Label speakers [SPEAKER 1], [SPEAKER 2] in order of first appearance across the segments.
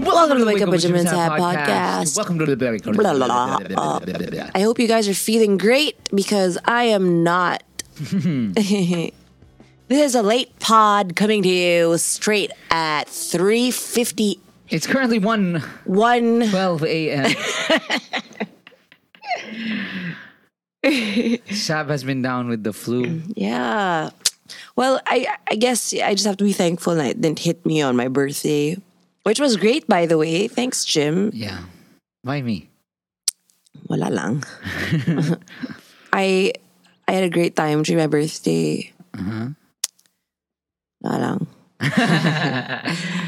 [SPEAKER 1] Welcome to the Wake Up with Jimin's Hat podcast.
[SPEAKER 2] Welcome to the Berry Code.
[SPEAKER 1] Blah, blah, blah. I hope you guys are feeling great because I am not. this is a late pod coming to you straight at 3.51
[SPEAKER 2] It's currently 1 12 a.m. Shab has been down with the flu.
[SPEAKER 1] Yeah. Well, I I guess I just have to be thankful that it didn't hit me on my birthday, which was great, by the way. Thanks, Jim.
[SPEAKER 2] Yeah. Why me?
[SPEAKER 1] Wala lang. I I had a great time during my birthday.
[SPEAKER 2] Uh-huh.
[SPEAKER 1] Wala lang.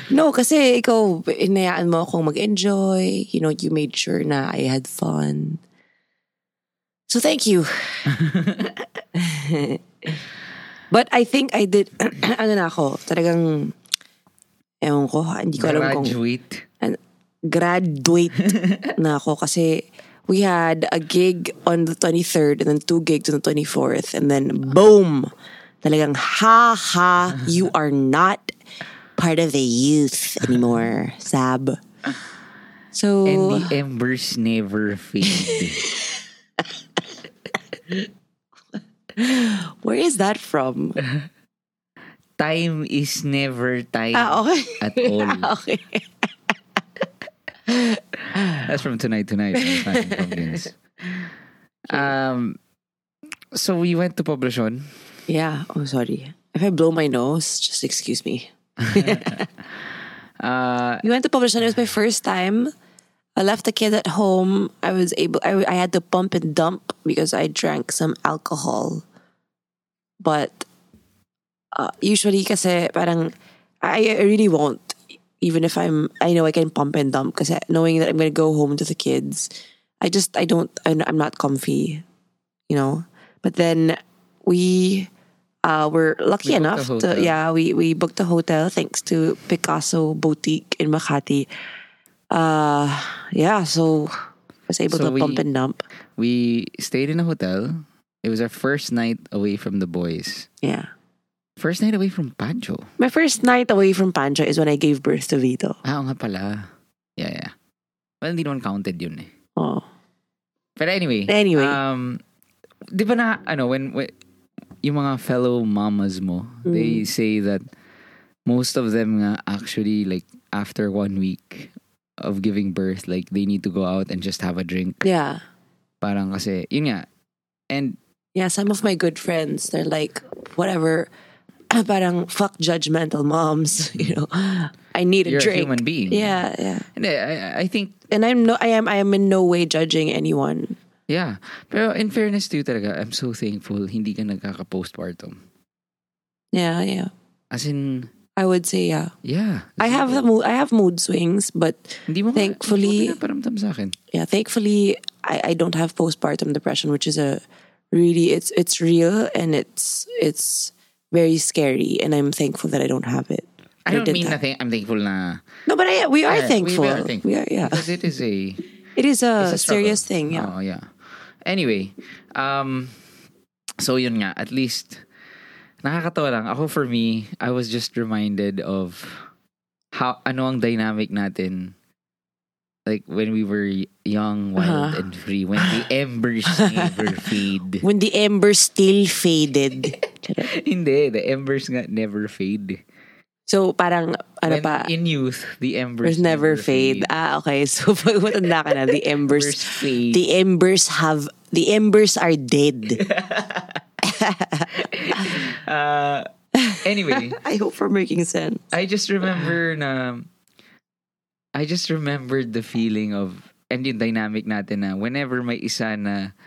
[SPEAKER 1] no, kasi ikaw, inayaan mo akong mag-enjoy. You know, you made sure na I had fun. So thank you. But I think I did, ano na ako, talagang, ewan ko, hindi ko alam kung
[SPEAKER 2] Graduate.
[SPEAKER 1] an- graduate na ako kasi we had a gig on the 23rd and then two gigs on the 24th and then boom talagang ha ha you are not part of the youth anymore sab so
[SPEAKER 2] And the embers never fade.
[SPEAKER 1] where is that from
[SPEAKER 2] time is never time
[SPEAKER 1] ah okay
[SPEAKER 2] at all.
[SPEAKER 1] okay
[SPEAKER 2] That's from tonight, tonight. on Time and Pumpkins. um, so we went to Poblacion.
[SPEAKER 1] yeah oh sorry if I blow my nose just excuse me
[SPEAKER 2] Uh,
[SPEAKER 1] We went to Poblacion. It was my first time. I left the kid at home. I was able. I, I had to pump and dump because I drank some alcohol. But uh, usually, kasi parang I I really won't. Even if I'm, I know I can pump and dump because knowing that I'm gonna go home to the kids, I just I don't. I'm I'm not comfy, you know. But then we uh, were
[SPEAKER 2] We booked
[SPEAKER 1] lucky enough
[SPEAKER 2] a
[SPEAKER 1] to
[SPEAKER 2] hotel.
[SPEAKER 1] yeah we we booked a hotel thanks to Picasso Boutique in Makati. Uh, yeah, so I was able
[SPEAKER 2] So
[SPEAKER 1] to
[SPEAKER 2] we-
[SPEAKER 1] pump and dump.
[SPEAKER 2] we stayed in a hotel. It was our first night away from the boys.
[SPEAKER 1] Yeah,
[SPEAKER 2] First night away from Pancho.
[SPEAKER 1] my first night away from Pancho is when I gave birth to Vito.
[SPEAKER 2] Ah, oo nga pala. Yeah, yeah. Well, hindi naman counted yun eh.
[SPEAKER 1] Oh,
[SPEAKER 2] But anyway.
[SPEAKER 1] Anyway.
[SPEAKER 2] Um, di ba na, ano, when, when yung mga fellow mamas mo,
[SPEAKER 1] Mm.
[SPEAKER 2] they say that most of them nga actually like after one week of giving birth, like they need to go out and just have a drink.
[SPEAKER 1] yeah,
[SPEAKER 2] Parang kasi, yun nga. And
[SPEAKER 1] yeah. Some of my good friends, they're like, whatever, parang fuck judgmental moms. You know, I need a
[SPEAKER 2] you're
[SPEAKER 1] drink.
[SPEAKER 2] a human being.
[SPEAKER 1] Yeah, yeah.
[SPEAKER 2] And I, I- I think
[SPEAKER 1] And I'm no, I am, I am in no way judging anyone.
[SPEAKER 2] Yeah. Pero in fairness to you talaga, I'm so thankful hindi ka nagkaka-postpartum.
[SPEAKER 1] Yeah, yeah.
[SPEAKER 2] As in,
[SPEAKER 1] I would say yeah.
[SPEAKER 2] yeah.
[SPEAKER 1] I have the mood, I have mood swings, but
[SPEAKER 2] Hindi mo
[SPEAKER 1] thankfully-
[SPEAKER 2] Hindi mo pinaparamdam sa akin.
[SPEAKER 1] yeah, thankfully I, I don't have postpartum depression, which is a really it's it's real and it's it's very scary, and I'm thankful that I don't have it.
[SPEAKER 2] I don't
[SPEAKER 1] did
[SPEAKER 2] mean
[SPEAKER 1] that.
[SPEAKER 2] nothing. I'm thankful na.
[SPEAKER 1] No, but I, we are
[SPEAKER 2] Yeah,
[SPEAKER 1] thankful.
[SPEAKER 2] We are thankful.
[SPEAKER 1] We are- yeah.
[SPEAKER 2] Because it is a,
[SPEAKER 1] It is a,
[SPEAKER 2] it's a struggle.
[SPEAKER 1] Uh, serious thing. Yeah.
[SPEAKER 2] Oh, yeah. Anyway, um, so yun nga, at least, nakakatawa lang. Ako for me, I was just reminded of how, ano ang dynamic natin like when we were young, wild,
[SPEAKER 1] Uh-huh.
[SPEAKER 2] and free, when the embers never fade.
[SPEAKER 1] When the ember still faded.
[SPEAKER 2] Hindi, the embers nga never fade.
[SPEAKER 1] so parang
[SPEAKER 2] When
[SPEAKER 1] ano pa?
[SPEAKER 2] in youth, the embers
[SPEAKER 1] embers never fade. Ah, okay. So pag matanda ka na, the
[SPEAKER 2] Embers
[SPEAKER 1] embers
[SPEAKER 2] fade.
[SPEAKER 1] the embers have the embers are dead.
[SPEAKER 2] Uh, anyway,
[SPEAKER 1] I hope we're making sense.
[SPEAKER 2] I just remember na I just remembered the feeling of and yung dynamic natin na whenever may isa na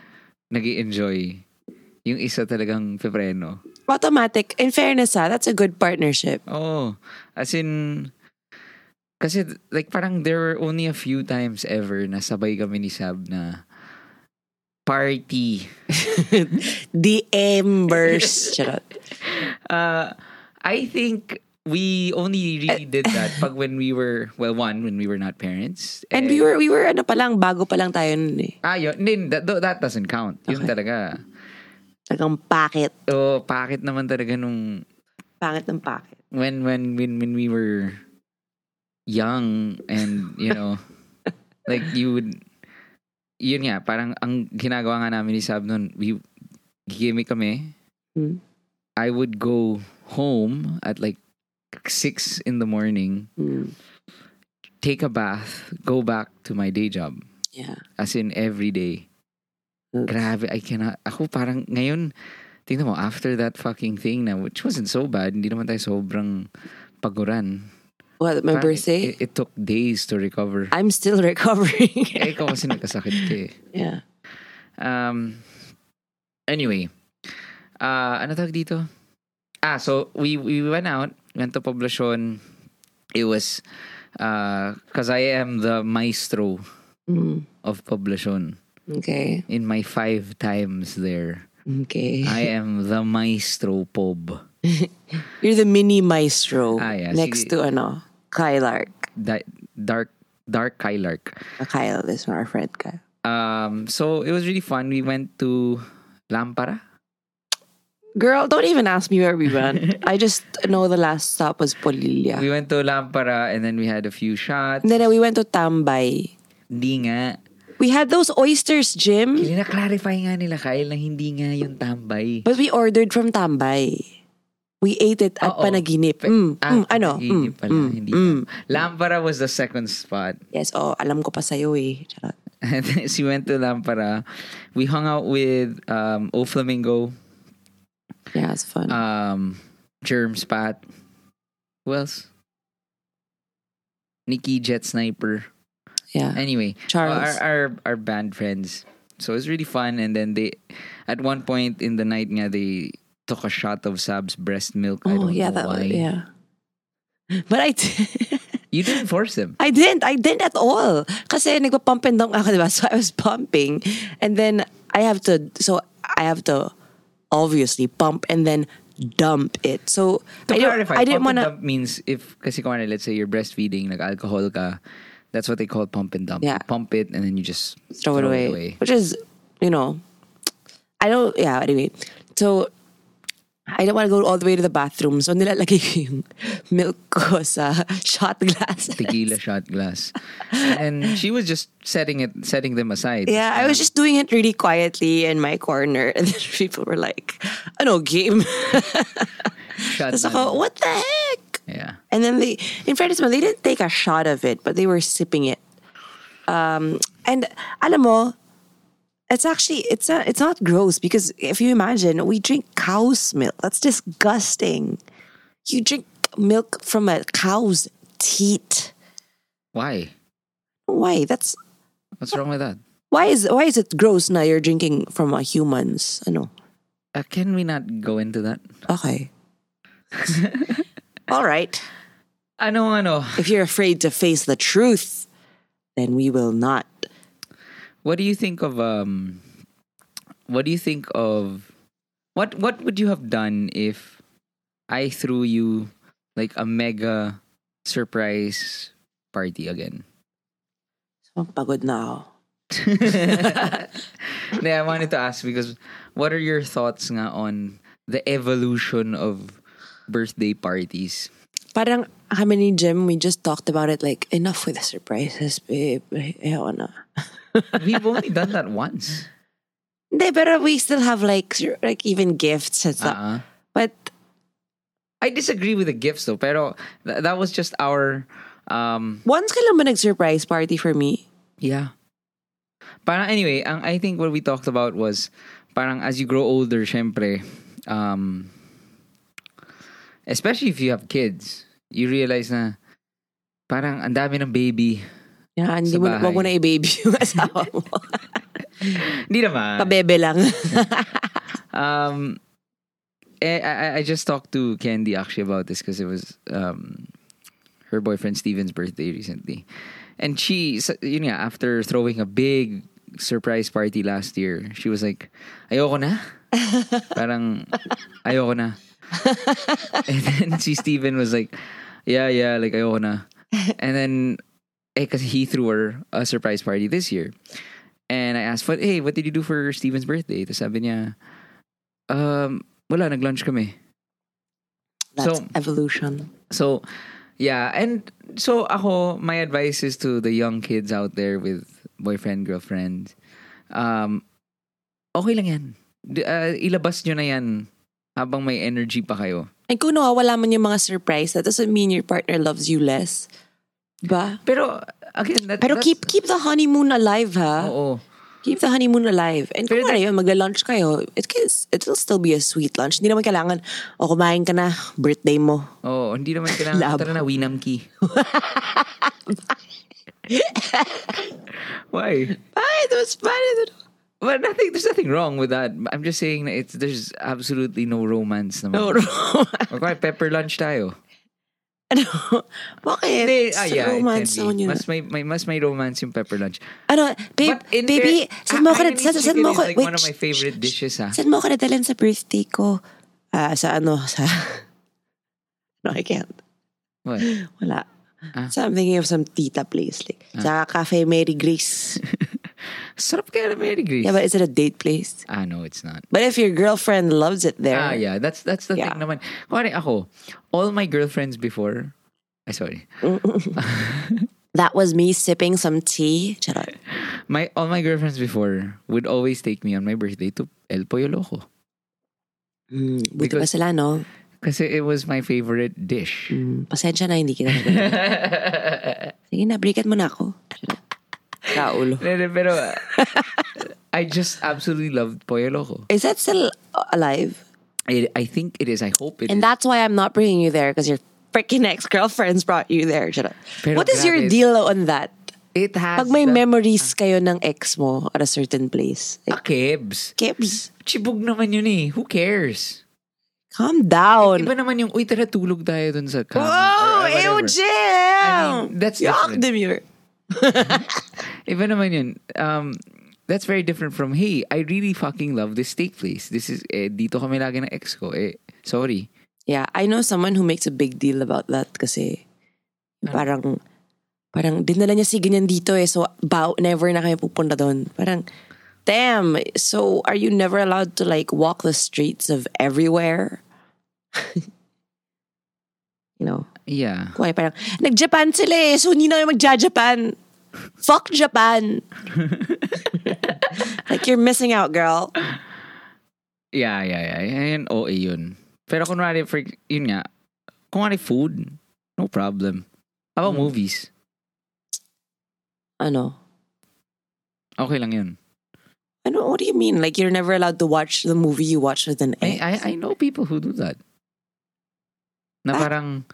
[SPEAKER 2] nag enjoy yung isa talagang pepreno.
[SPEAKER 1] Automatic. In fairness, ah, that's a good partnership.
[SPEAKER 2] Oh, as in kasi like parang there were only a few times ever na sabay kami ni Sab na party.
[SPEAKER 1] the embers. Charot.
[SPEAKER 2] Uh, I think we only
[SPEAKER 1] Eh,
[SPEAKER 2] really did that pag when we were well one when we were not parents
[SPEAKER 1] And we were we were ano pa lang bago pa lang tayo nun eh.
[SPEAKER 2] Ah, yun. Nin, that, tho- that doesn't count. Yun
[SPEAKER 1] Okay.
[SPEAKER 2] talaga.
[SPEAKER 1] Tagang packet.
[SPEAKER 2] Oh, pakit naman talaga nung
[SPEAKER 1] Pangit ng packet.
[SPEAKER 2] when when when when we were young and you know like you would yun nga parang ang ginagawa nga namin ni Sab noon we gimmick kami
[SPEAKER 1] Mm.
[SPEAKER 2] I would go home at like 6 in the morning
[SPEAKER 1] Mm.
[SPEAKER 2] take a bath go back to my day job
[SPEAKER 1] Yeah.
[SPEAKER 2] as in every day
[SPEAKER 1] Mm.
[SPEAKER 2] grabe I cannot ako parang ngayon tingnan mo after that fucking thing na which wasn't so bad hindi naman tayo sobrang paguran
[SPEAKER 1] What, my
[SPEAKER 2] Parang
[SPEAKER 1] birthday?
[SPEAKER 2] it, it took days to recover
[SPEAKER 1] I'm still recovering.
[SPEAKER 2] eh, ikaw kasi nagkasakit ka eh.
[SPEAKER 1] yeah.
[SPEAKER 2] Um, anyway, uh, ano tawag dito? Ah, so we we went out, went to Poblacion. It was, because I am the maestro
[SPEAKER 1] Mm.
[SPEAKER 2] of Poblacion.
[SPEAKER 1] Okay.
[SPEAKER 2] In my five times there,
[SPEAKER 1] Okay.
[SPEAKER 2] I am the maestro pob.
[SPEAKER 1] You're the mini maestro
[SPEAKER 2] Ah, yeah.
[SPEAKER 1] next
[SPEAKER 2] Sige.
[SPEAKER 1] to ano, Kyle Lark.
[SPEAKER 2] Da- dark, dark Kylark.
[SPEAKER 1] Uh, Kyle is our friend Kyle.
[SPEAKER 2] Um, so it was really fun. We went to Lampara.
[SPEAKER 1] Girl, don't even ask me where we went. I just know the last stop was Polilla.
[SPEAKER 2] We went to Lampara and then we had a few shots.
[SPEAKER 1] and then uh, we went to Tambay.
[SPEAKER 2] Hindi nga.
[SPEAKER 1] We had those oysters, Jim,
[SPEAKER 2] Hindi na-clarify nga nila, Kyle, na hindi nga yung tambay.
[SPEAKER 1] but we ordered from Tambay. We ate it at
[SPEAKER 2] Oo.
[SPEAKER 1] Panaginip. Mm,
[SPEAKER 2] Ah,
[SPEAKER 1] mm, ano?
[SPEAKER 2] hindi
[SPEAKER 1] mm,
[SPEAKER 2] pala,
[SPEAKER 1] mm,
[SPEAKER 2] hindi
[SPEAKER 1] mm.
[SPEAKER 2] nga. Lampara was the second spot.
[SPEAKER 1] Yes, oh, alam ko pa sa'yo eh. Charot.
[SPEAKER 2] And then she went to Lampara. We hung out with um, O Flamingo,
[SPEAKER 1] Yeah, it's fun.
[SPEAKER 2] um, Germ Spot. Who else? Nikki Jet Sniper.
[SPEAKER 1] yeah.
[SPEAKER 2] Anyway, Our,
[SPEAKER 1] Charles.
[SPEAKER 2] our our band friends. So it was really fun. And then they, at one point in the night, nga, they took a shot of Sab's breast milk. I
[SPEAKER 1] oh,
[SPEAKER 2] don't
[SPEAKER 1] yeah,
[SPEAKER 2] know
[SPEAKER 1] that
[SPEAKER 2] why.
[SPEAKER 1] was, yeah. But I, d-
[SPEAKER 2] You didn't force them.
[SPEAKER 1] I didn't. I didn't at all. Kasi nagpa-pump and dump ako, diba? So I was pumping. And then I have to, so I have to obviously pump and then dump it. So
[SPEAKER 2] To
[SPEAKER 1] I, don't-
[SPEAKER 2] clarify,
[SPEAKER 1] I didn't
[SPEAKER 2] pump
[SPEAKER 1] want
[SPEAKER 2] and
[SPEAKER 1] to,
[SPEAKER 2] dump means if kasi kung ano, let's say you're breastfeeding, nag-alcohol ka, that's what they call pump and dump.
[SPEAKER 1] Yeah.
[SPEAKER 2] You pump it and then you just
[SPEAKER 1] throw it away, Which is, you know, I don't, yeah, anyway. So, I don't want to go all the way to the bathroom. So, nilalagay ko yung milk ko sa shot glass.
[SPEAKER 2] Tequila shot glass. And she was just setting it setting them aside.
[SPEAKER 1] Yeah, I was just doing it really quietly in my corner. And then people were like, ano, game?
[SPEAKER 2] Shot
[SPEAKER 1] Tapos
[SPEAKER 2] na-
[SPEAKER 1] ako, what the heck?
[SPEAKER 2] Yeah.
[SPEAKER 1] And then they, in fairness, man, they didn't take a shot of it, but they were sipping it. Um, and alam mo, it's actually it's not it's not gross because if you imagine, we drink cow's milk. That's disgusting. You drink milk from a cow's teat.
[SPEAKER 2] Why?
[SPEAKER 1] Why? That's
[SPEAKER 2] What's wrong with that?
[SPEAKER 1] why is why is it gross? Now you're drinking from a humans. Ano?
[SPEAKER 2] Uh, can we not go into that?
[SPEAKER 1] Okay. All right.
[SPEAKER 2] Ano ano?
[SPEAKER 1] If you're afraid to face the truth, then we will not.
[SPEAKER 2] What do you think of um what do you think of what what would you have done if I threw you like a mega surprise party again?
[SPEAKER 1] Ang Oh, Pagod na ako.
[SPEAKER 2] Yeah, I wanted to ask because what are your thoughts nga on the evolution of birthday parties?
[SPEAKER 1] parang kami ni Jim, we just talked about it like, enough with the surprises, babe. Ayaw na.
[SPEAKER 2] We've only done that once.
[SPEAKER 1] Hindi, pero we still have like, sur- like even gifts and stuff.
[SPEAKER 2] Uh-uh.
[SPEAKER 1] But,
[SPEAKER 2] I disagree with the gifts though, pero th- that was just our um
[SPEAKER 1] once ka lang ba nag-surprise party for me?
[SPEAKER 2] Yeah. Parang anyway, ang I think what we talked about was parang as you grow older, syempre, um especially if you have kids, you realize na parang ang dami ng baby.
[SPEAKER 1] Yeah, ah, hindi
[SPEAKER 2] Sa
[SPEAKER 1] mo, wag mo na
[SPEAKER 2] bahay.
[SPEAKER 1] i-baby yung asawa mo.
[SPEAKER 2] Hindi naman.
[SPEAKER 1] Pabebe lang.
[SPEAKER 2] Um, eh, I, I- I just talked to Candy actually about this because it was um, her boyfriend Steven's birthday recently. And she, sa- yun nga, after throwing a big surprise party last year, she was like, ayoko na. Parang, ayoko na. And then si Steven was like, yeah, yeah, like ayoko na. And then, eh, kasi he threw her a surprise party this year. And I asked, what, hey, what did you do for Steven's birthday? Tapos sabi niya, um, wala, nag-lunch kami.
[SPEAKER 1] That's
[SPEAKER 2] So-
[SPEAKER 1] evolution.
[SPEAKER 2] So, Yeah, and so ako, my advice is to the young kids out there with boyfriend, girlfriend. Um, okay lang yan. D- uh, ilabas nyo na yan habang may energy pa kayo.
[SPEAKER 1] And kung nawawala man yung mga surprise, that doesn't mean your partner loves you less. Ba?
[SPEAKER 2] Pero, again, that,
[SPEAKER 1] Pero
[SPEAKER 2] that's-
[SPEAKER 1] keep keep the honeymoon alive, ha?
[SPEAKER 2] Oo.
[SPEAKER 1] Keep the honeymoon alive. And kung
[SPEAKER 2] Pero
[SPEAKER 1] ano yun, magla-lunch kayo, it can, it'll still be a sweet lunch. Hindi naman kailangan, o kumain ka na, birthday mo.
[SPEAKER 2] Oo, hindi naman kailangan.
[SPEAKER 1] Labo.
[SPEAKER 2] Tara na, winamki. Why?
[SPEAKER 1] Ay, that was fun.
[SPEAKER 2] Well, nothing, there's nothing wrong with that. I'm just saying that it's, there's absolutely no romance naman.
[SPEAKER 1] No,
[SPEAKER 2] Okay, pepper lunch tayo.
[SPEAKER 1] ano? Bakit?
[SPEAKER 2] Hindi,
[SPEAKER 1] Sa
[SPEAKER 2] ah, yeah, it
[SPEAKER 1] romance
[SPEAKER 2] can be.
[SPEAKER 1] naman yun.
[SPEAKER 2] Mas may, may, mas may romance yung pepper lunch.
[SPEAKER 1] Ano, babe,
[SPEAKER 2] But in
[SPEAKER 1] baby,
[SPEAKER 2] fair-
[SPEAKER 1] saan mo
[SPEAKER 2] Ah,
[SPEAKER 1] ako na,
[SPEAKER 2] Hainanese
[SPEAKER 1] saan, saan
[SPEAKER 2] chicken
[SPEAKER 1] mo
[SPEAKER 2] is
[SPEAKER 1] ako,
[SPEAKER 2] like
[SPEAKER 1] wait,
[SPEAKER 2] one of my
[SPEAKER 1] shh,
[SPEAKER 2] favorite
[SPEAKER 1] shh,
[SPEAKER 2] dishes, ah.
[SPEAKER 1] Saan mo ako nadalhin sa birthday ko? Ah, sa ano, sa, no, I can't.
[SPEAKER 2] What?
[SPEAKER 1] Wala.
[SPEAKER 2] Ah.
[SPEAKER 1] So I'm thinking of some tita place, like, sa Cafe Mary Grace.
[SPEAKER 2] Sarap kaya na Mary Grace.
[SPEAKER 1] yeah, but is it a date place?
[SPEAKER 2] ah, no, it's not.
[SPEAKER 1] But if your girlfriend loves it there,
[SPEAKER 2] Ah, yeah. That's that's the
[SPEAKER 1] Yeah.
[SPEAKER 2] thing naman. Kuwari ako, all my girlfriends before, ay, sorry.
[SPEAKER 1] that was me sipping some tea. Charot.
[SPEAKER 2] My, all my girlfriends before would always take me on my birthday to El Pollo Loco.
[SPEAKER 1] Mm, buti
[SPEAKER 2] Because-
[SPEAKER 1] pa sila, no?
[SPEAKER 2] Kasi it was my favorite dish.
[SPEAKER 1] Mm, pasensya na, hindi kita nagalit. Sige na, breakat mo na ako. Kaulo.
[SPEAKER 2] Pero, pero, uh, I just absolutely loved Pollo Loco.
[SPEAKER 1] Is that still alive?
[SPEAKER 2] I, I think it is. I hope it is.
[SPEAKER 1] And that's why I'm not bringing you there because your freaking ex girlfriends brought you there. Charot.
[SPEAKER 2] Pero
[SPEAKER 1] What is your
[SPEAKER 2] grabe. Ah.
[SPEAKER 1] deal on that?
[SPEAKER 2] It has
[SPEAKER 1] Pag may
[SPEAKER 2] the-
[SPEAKER 1] memories kayo ng ex mo at a certain place,
[SPEAKER 2] Ah,
[SPEAKER 1] like,
[SPEAKER 2] kebs.
[SPEAKER 1] Kebs.
[SPEAKER 2] Chibog naman yun eh. Who cares?
[SPEAKER 1] calm down.
[SPEAKER 2] Iba naman yung, uy, tara tulog tayo dun sa kama.
[SPEAKER 1] Oh,
[SPEAKER 2] or- or Ah, whatever.
[SPEAKER 1] ew, Jim!
[SPEAKER 2] mean, that's
[SPEAKER 1] Yuck,
[SPEAKER 2] different.
[SPEAKER 1] demure.
[SPEAKER 2] Iba naman yun. Um, that's very different from, hey, I really fucking love this steak place. This is, eh, dito kami lagi ng ex ko. Eh, sorry.
[SPEAKER 1] Yeah, I know someone who makes a big deal about that kasi parang parang dinala niya si ganyan dito eh so bow, never na kayo pupunta doon. Parang damn, so are you never allowed to like walk the streets of everywhere? you know,
[SPEAKER 2] Yeah.
[SPEAKER 1] kuwari parang nag-Japan sila eh so hindi na kayo magja-Japan. Fuck Japan. like you're missing out, girl.
[SPEAKER 2] Yeah, yeah, yeah. Ayan, OA yun. Pero kunwari, for, yun nga, kunwari food, no problem. How
[SPEAKER 1] Mm.
[SPEAKER 2] about movies?
[SPEAKER 1] Ano?
[SPEAKER 2] Okay lang yun.
[SPEAKER 1] I know. What do you mean? Like you're never allowed to watch the movie you watch with an
[SPEAKER 2] I,
[SPEAKER 1] ex?
[SPEAKER 2] I, I know people who do that. Na
[SPEAKER 1] Ah.
[SPEAKER 2] parang,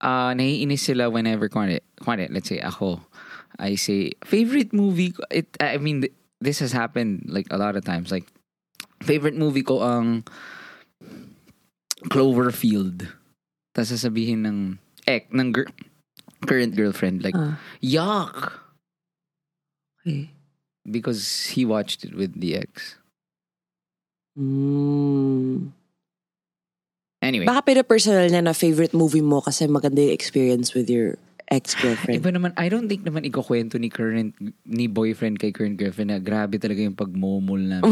[SPEAKER 2] uh, naiinis sila whenever, kunwari, kunwari, let's say ako, I say, favorite movie, ko- it, I mean, th- this has happened like a lot of times. Like, favorite movie ko ang Cloverfield. Tapos sasabihin ng, ek, ng gir- current girlfriend, like,
[SPEAKER 1] Ah.
[SPEAKER 2] yuck!
[SPEAKER 1] Okay.
[SPEAKER 2] Because he watched it with the ex. Hmm.
[SPEAKER 1] Mm.
[SPEAKER 2] Anyway.
[SPEAKER 1] Baka pero personal niya na favorite movie mo kasi maganda yung experience with your ex-girlfriend.
[SPEAKER 2] Iba naman, I don't think naman ikukwento ni current, ni boyfriend kay current girlfriend na grabe talaga yung pagmomol namin.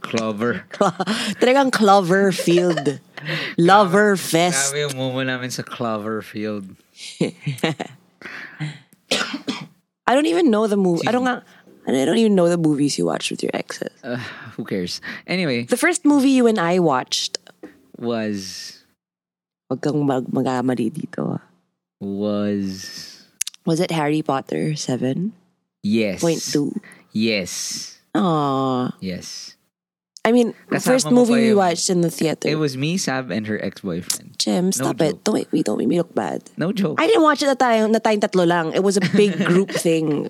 [SPEAKER 2] Clover. Clover.
[SPEAKER 1] Talagang Cloverfield. Lover
[SPEAKER 2] Grabe
[SPEAKER 1] Fest.
[SPEAKER 2] yung momol namin sa Clover Field.
[SPEAKER 1] I don't even know the movie. I don't nga, I don't even know the movies you watched with your exes.
[SPEAKER 2] Uh, who cares? Anyway,
[SPEAKER 1] The first movie you and I watched,
[SPEAKER 2] was,
[SPEAKER 1] wag kang mag magkamali dito. ah.
[SPEAKER 2] was,
[SPEAKER 1] Was it Harry Potter 7.2?
[SPEAKER 2] yes. Yes.
[SPEAKER 1] Aww.
[SPEAKER 2] Yes.
[SPEAKER 1] I mean, the
[SPEAKER 2] Kasama
[SPEAKER 1] first
[SPEAKER 2] mo pa
[SPEAKER 1] movie
[SPEAKER 2] yun.
[SPEAKER 1] we watched in the theater.
[SPEAKER 2] It was me, Sab, and her ex-boyfriend.
[SPEAKER 1] Jim, stop
[SPEAKER 2] joke.
[SPEAKER 1] it. Don't make me, don't make me look bad.
[SPEAKER 2] No joke.
[SPEAKER 1] I didn't watch it na tayong, na tayong tatlo lang. It was a big group thing.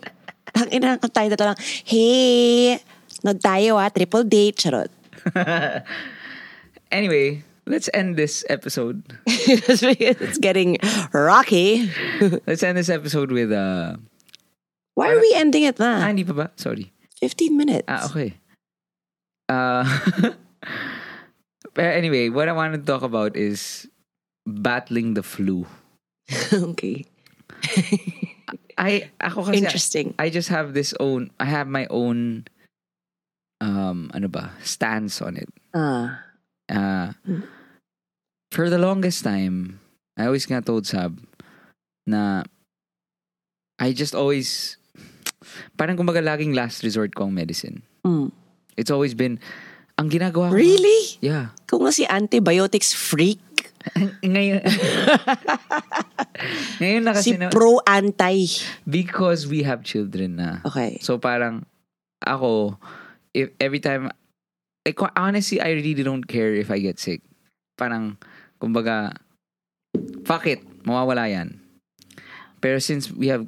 [SPEAKER 1] Tang ina na tayong tatlo lang. Hey, nag tayo ah, triple date, charot.
[SPEAKER 2] Anyway, let's end this episode.
[SPEAKER 1] it's getting rocky.
[SPEAKER 2] let's end this episode with, uh,
[SPEAKER 1] Why are we ending it
[SPEAKER 2] ah,
[SPEAKER 1] na?
[SPEAKER 2] hindi pa ba? Sorry.
[SPEAKER 1] 15 minutes.
[SPEAKER 2] Ah, okay. Uh, but anyway, what I wanted to talk about is battling the flu.
[SPEAKER 1] okay.
[SPEAKER 2] I ako kasi
[SPEAKER 1] Interesting.
[SPEAKER 2] I just have this own I have my own um ano ba stance on it.
[SPEAKER 1] Ah. Hmm.
[SPEAKER 2] Uh, for the longest time, I always got told sab na I just always, parang kumbaga laging last resort ko ang medicine.
[SPEAKER 1] Mm.
[SPEAKER 2] It's always been, ang ginagawa ko.
[SPEAKER 1] Really?
[SPEAKER 2] Yeah.
[SPEAKER 1] Kung nga si antibiotics freak,
[SPEAKER 2] Ngayon, ngayon na kasi
[SPEAKER 1] si
[SPEAKER 2] na-
[SPEAKER 1] pro-anti.
[SPEAKER 2] because we have children na.
[SPEAKER 1] Okay.
[SPEAKER 2] So parang ako, if every time, like qu- honestly, I really don't care if I get sick. Parang, kumbaga, fuck it, mawawala yan. Pero since we have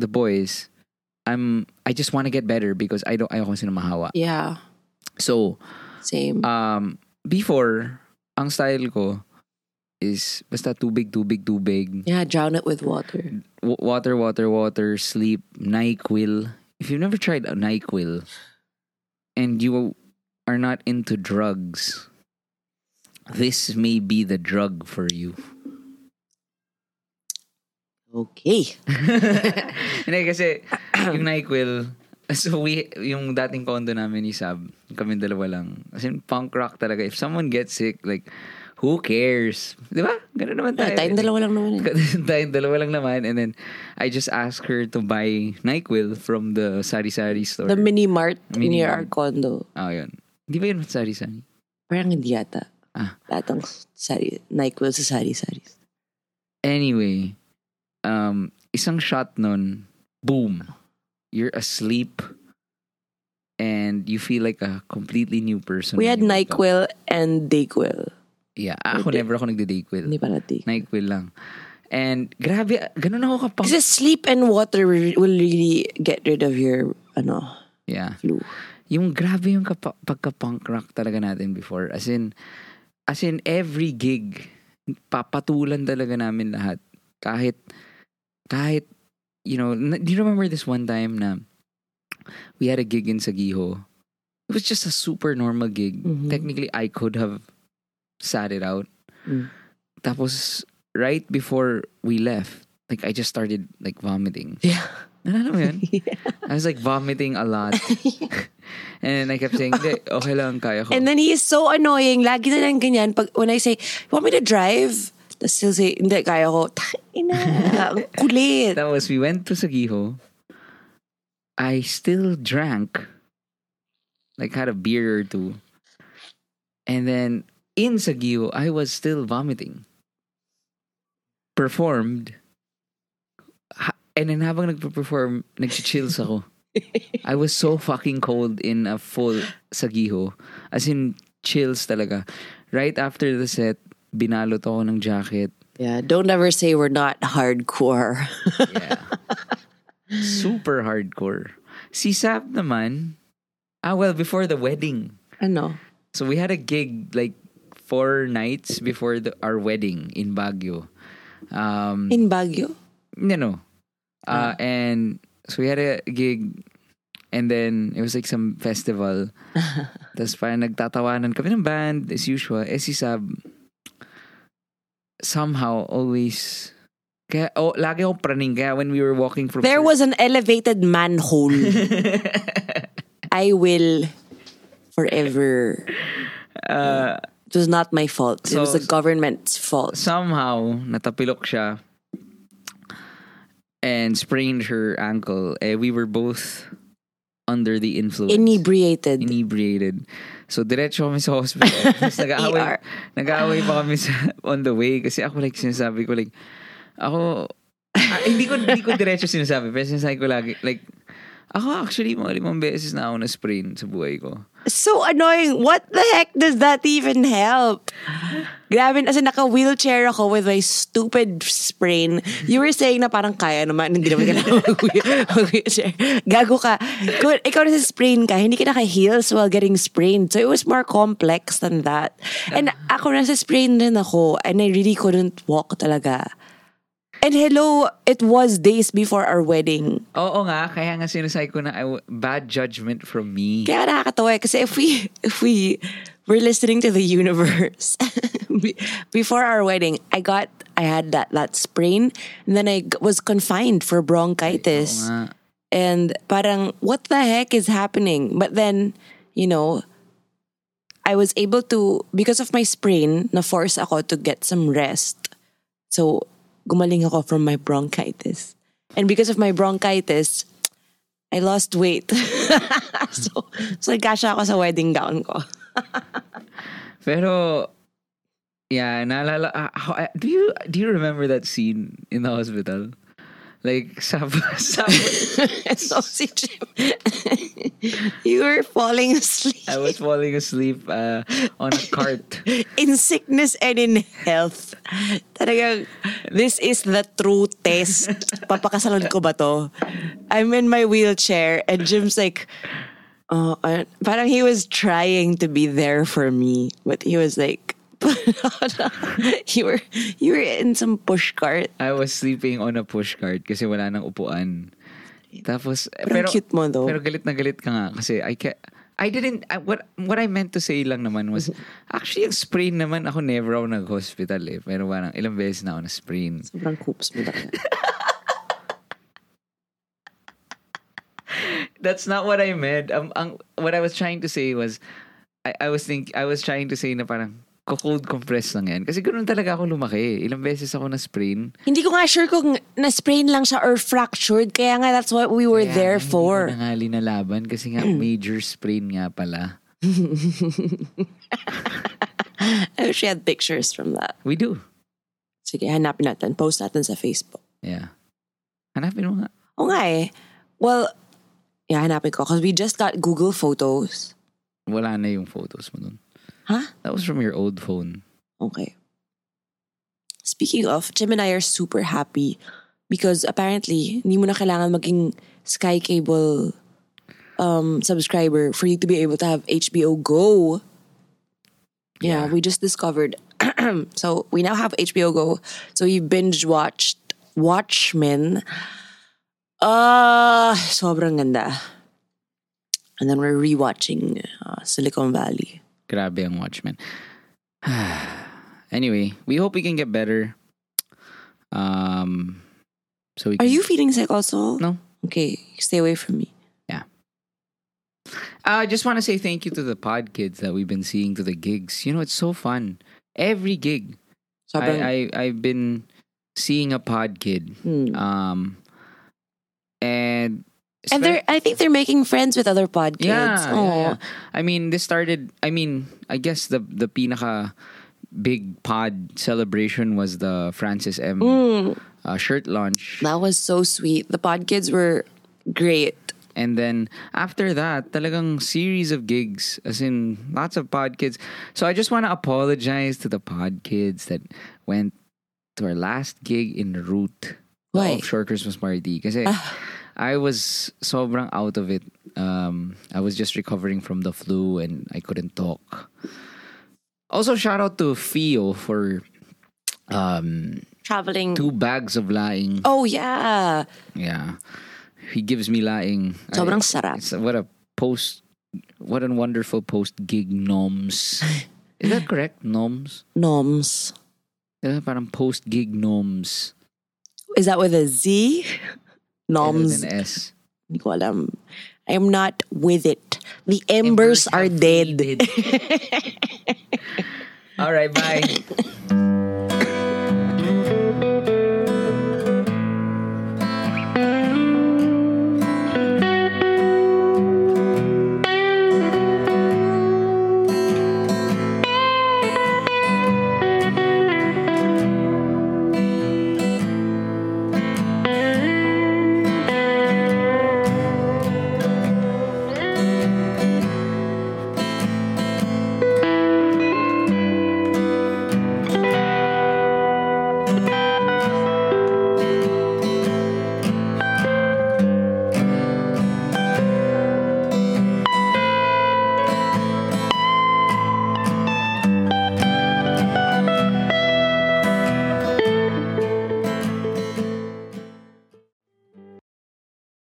[SPEAKER 2] the boys, I'm, I just want to get better because I don't, ayoko sila mahawa.
[SPEAKER 1] Yeah.
[SPEAKER 2] So,
[SPEAKER 1] Same.
[SPEAKER 2] um, before, ang style ko is basta tubig, tubig, tubig
[SPEAKER 1] yeah, drown it with water.
[SPEAKER 2] w- water, water, water, sleep, NyQuil. If you've never tried a NyQuil and you are not into drugs, this may be the drug for you.
[SPEAKER 1] Okay.
[SPEAKER 2] Hindi kasi yung NyQuil, so we, yung dating condo namin ni Sab, kami dalawa lang. As in, punk rock talaga. If someone gets sick, like, who cares? Di ba? Ganun naman tayo.
[SPEAKER 1] Yeah, Ah, tayong dalawa lang naman eh.
[SPEAKER 2] Tayong dalawa lang naman. And then, I just asked her to buy NyQuil from the Sari Sari store.
[SPEAKER 1] The mini mart
[SPEAKER 2] Mini
[SPEAKER 1] near
[SPEAKER 2] mart.
[SPEAKER 1] our condo.
[SPEAKER 2] oh, yun. Di ba yun Sari Sari?
[SPEAKER 1] Parang hindi yata.
[SPEAKER 2] Ah.
[SPEAKER 1] Datang sari, NyQuil sa sari-sari.
[SPEAKER 2] Anyway, um, isang shot nun, boom. You're asleep. And you feel like a completely new person.
[SPEAKER 1] We
[SPEAKER 2] when
[SPEAKER 1] had
[SPEAKER 2] you wake up.
[SPEAKER 1] NyQuil and Dayquil.
[SPEAKER 2] Yeah. Ako,
[SPEAKER 1] Hindi.
[SPEAKER 2] never ako nagde-dayquil.
[SPEAKER 1] Hindi pala Dayquil.
[SPEAKER 2] NyQuil lang. And grabe, ganun ako kapag...
[SPEAKER 1] Kasi sleep and water will will really get rid of your ano
[SPEAKER 2] Yeah.
[SPEAKER 1] flu.
[SPEAKER 2] yung grabe yung kapa- pagka-punk rock talaga natin before. As in, as in every gig, papatulan talaga namin lahat. Kahit, kahit, you know, na- do you remember this one time na we had a gig in Sagiho? It was just a super normal gig.
[SPEAKER 1] Mhm.
[SPEAKER 2] Technically, I could have sat it out.
[SPEAKER 1] Mm.
[SPEAKER 2] Tapos, right before we left, like, I just started, like, vomiting.
[SPEAKER 1] Yeah.
[SPEAKER 2] Nalala mo yun? I was, like, vomiting a lot. And I kept saying, "Hindi, okay lang, kaya ko.
[SPEAKER 1] And then he is so annoying. Lagi na lang ganyan. Pag, when I say, you want me to drive? Tapos he'll say, hindi, kaya ko. "Tang Ina, ang kulit.
[SPEAKER 2] Tapos we went to Sagiho. I still drank. Like had a beer or two. And then in Sagiho, I was still vomiting. Performed. Ha- And then habang nagpa-perform, nag-chills ako. I was so fucking cold in a full Sagiho. As in, chills talaga. Right after the set, binalot ako ng jacket.
[SPEAKER 1] Yeah, don't ever say we're not hardcore.
[SPEAKER 2] Yeah. Super hardcore. Si Sab naman, ah well, before the wedding.
[SPEAKER 1] ano?
[SPEAKER 2] So we had a gig like four nights before the, our wedding in Baguio. Um,
[SPEAKER 1] In Baguio?
[SPEAKER 2] no, no. Uh,
[SPEAKER 1] Ah.
[SPEAKER 2] and so we had a gig and then it was like some festival. Tapos parang nagtatawanan kami ng band as usual. Eh si Sab, somehow always, kaya, oh, lagi akong praning. Kaya when we were walking from
[SPEAKER 1] There
[SPEAKER 2] church-
[SPEAKER 1] was an elevated manhole. I will forever. it was not my fault. it
[SPEAKER 2] so-
[SPEAKER 1] was the government's fault.
[SPEAKER 2] somehow natapilok siya and sprained her ankle. Eh, we were both under the influence.
[SPEAKER 1] Inebriated.
[SPEAKER 2] Inebriated. So, diretso kami sa hospital. Tapos nag-aaway,
[SPEAKER 1] ER.
[SPEAKER 2] nag-aaway pa kami sa, on the way. Kasi ako like, sinasabi ko like, ako, ah, hindi ko, hindi ko diretso sinasabi. Pero sinasabi ko lagi, like, ako actually, mga limang beses na ako na-sprain sa buhay ko.
[SPEAKER 1] so annoying. What the heck does that even help? Grabe, as in, naka-wheelchair ako with my stupid sprain. You were saying na parang kaya naman, hindi naman kailangan mag-wheel- mag-wheelchair. Gago ka. Kung ikaw na sa sprain ka, hindi ka naka-heels while getting sprained. So it was more complex than that. And ako na sa sprain din ako, and I really couldn't walk talaga. And hello, it was days before our wedding.
[SPEAKER 2] Oo nga, kaya nga sinasabi ko na I w- bad judgment from me.
[SPEAKER 1] Kaya nakakatawa eh, kasi if we, if we were listening to the universe be- before our wedding, I got, I had that, that sprain and then I g- was confined for bronchitis.
[SPEAKER 2] nga.
[SPEAKER 1] And parang, what the heck is happening? But then, you know, I was able to, because of my sprain, na-force ako to get some rest. So, gumaling ako from my bronchitis. And because of my bronchitis, I lost weight. so, so nagkasya ako sa wedding gown ko.
[SPEAKER 2] Pero, yeah, naalala, ah, how, ah, do you do you remember that scene in the hospital? Like, sab, sab,
[SPEAKER 1] so si Jim, you were falling asleep
[SPEAKER 2] I was falling asleep uh, on a cart.
[SPEAKER 1] in sickness and in health. Talagang, this is the true test. Papakasalan ko ba to? I'm in my wheelchair and Jim's like, oh, uh, parang he was trying to be there for me. But he was like, you were you were in some push cart.
[SPEAKER 2] I was sleeping on a pushcart kasi wala nang upuan. Tapos, eh,
[SPEAKER 1] Pero
[SPEAKER 2] pero,
[SPEAKER 1] ang cute mo, though.
[SPEAKER 2] pero galit na galit ka nga kasi I ca- I didn't, I- what, what I meant to say lang naman was,
[SPEAKER 1] Mm-hmm.
[SPEAKER 2] actually, yung sprain naman, ako never ako nag-hospital eh. Pero parang ilang beses na ako na-sprain.
[SPEAKER 1] Sobrang coops mo talaga.
[SPEAKER 2] That's not what I meant. Um, ang, what I was trying to say was, I, I was think I was trying to say na parang cold compress lang yan. Kasi ganoon talaga ako lumaki. Ilang beses ako na sprain.
[SPEAKER 1] Hindi ko nga sure kung na-sprain lang siya or fractured. Kaya nga, that's what we were there for. Mm.
[SPEAKER 2] Hindi ko na nga linalaban kasi nga major sprain nga pala.
[SPEAKER 1] I wish we had pictures from that.
[SPEAKER 2] We do.
[SPEAKER 1] Sige, hanapin natin. Post natin sa Facebook.
[SPEAKER 2] Yeah. Hanapin mo nga.
[SPEAKER 1] Oo nga eh. Well, yeah, hanapin ko. Because we just got Google Photos.
[SPEAKER 2] Wala na yung photos mo dun.
[SPEAKER 1] Huh?
[SPEAKER 2] That was from your old phone.
[SPEAKER 1] Okay. Speaking of, Jim and I are super happy because apparently, hindi mo na kailangan maging Sky Cable um, subscriber for you to be able to have HBO Go. Yeah, we just discovered. so we now have HBO Go. So we binge watched Watchmen. Ah, sobrang ganda. And then we're rewatching uh, Silicon Valley.
[SPEAKER 2] Grabe ang Watchmen. anyway, we hope we can get better. Um, so we
[SPEAKER 1] Are
[SPEAKER 2] can-
[SPEAKER 1] you feeling sick also?
[SPEAKER 2] No.
[SPEAKER 1] Okay, stay away from me.
[SPEAKER 2] I just want to say thank you to the pod kids that we've been seeing to the gigs. You know, it's so fun. Every gig,
[SPEAKER 1] Sobrang,
[SPEAKER 2] I, I I've been seeing a pod kid.
[SPEAKER 1] Hmm.
[SPEAKER 2] Um, and
[SPEAKER 1] and they're, I think they're making friends with other podcasts.
[SPEAKER 2] yeah, yeah,
[SPEAKER 1] Aw.
[SPEAKER 2] yeah. I mean, this started. I mean, I guess the the pinaka big pod celebration was the Francis M uh, shirt launch.
[SPEAKER 1] Hmm. That was so sweet. The pod kids were great.
[SPEAKER 2] And then after that, talagang series of gigs, as in lots of pod kids. So I just want to apologize to the pod kids that went to our last gig in Root, the
[SPEAKER 1] Why? Ah.
[SPEAKER 2] offshore Christmas party. Because I was sobrang out of it. Um, I was just recovering from the flu and I couldn't talk. Also, shout out to Fio for um,
[SPEAKER 1] Traveling.
[SPEAKER 2] two bags of lying.
[SPEAKER 1] oh, yeah.
[SPEAKER 2] Yeah. He gives me lying.
[SPEAKER 1] Sobrang sarap.
[SPEAKER 2] It's- what a post what a wonderful post gig noms. Is that correct? Noms?
[SPEAKER 1] Noms.
[SPEAKER 2] Diba parang post gig noms.
[SPEAKER 1] Is that with a Z? Noms.
[SPEAKER 2] Noms. An S.
[SPEAKER 1] Hindi ko alam. I'm not with it. The embers, are
[SPEAKER 2] have
[SPEAKER 1] dead.
[SPEAKER 2] faded. All right, bye.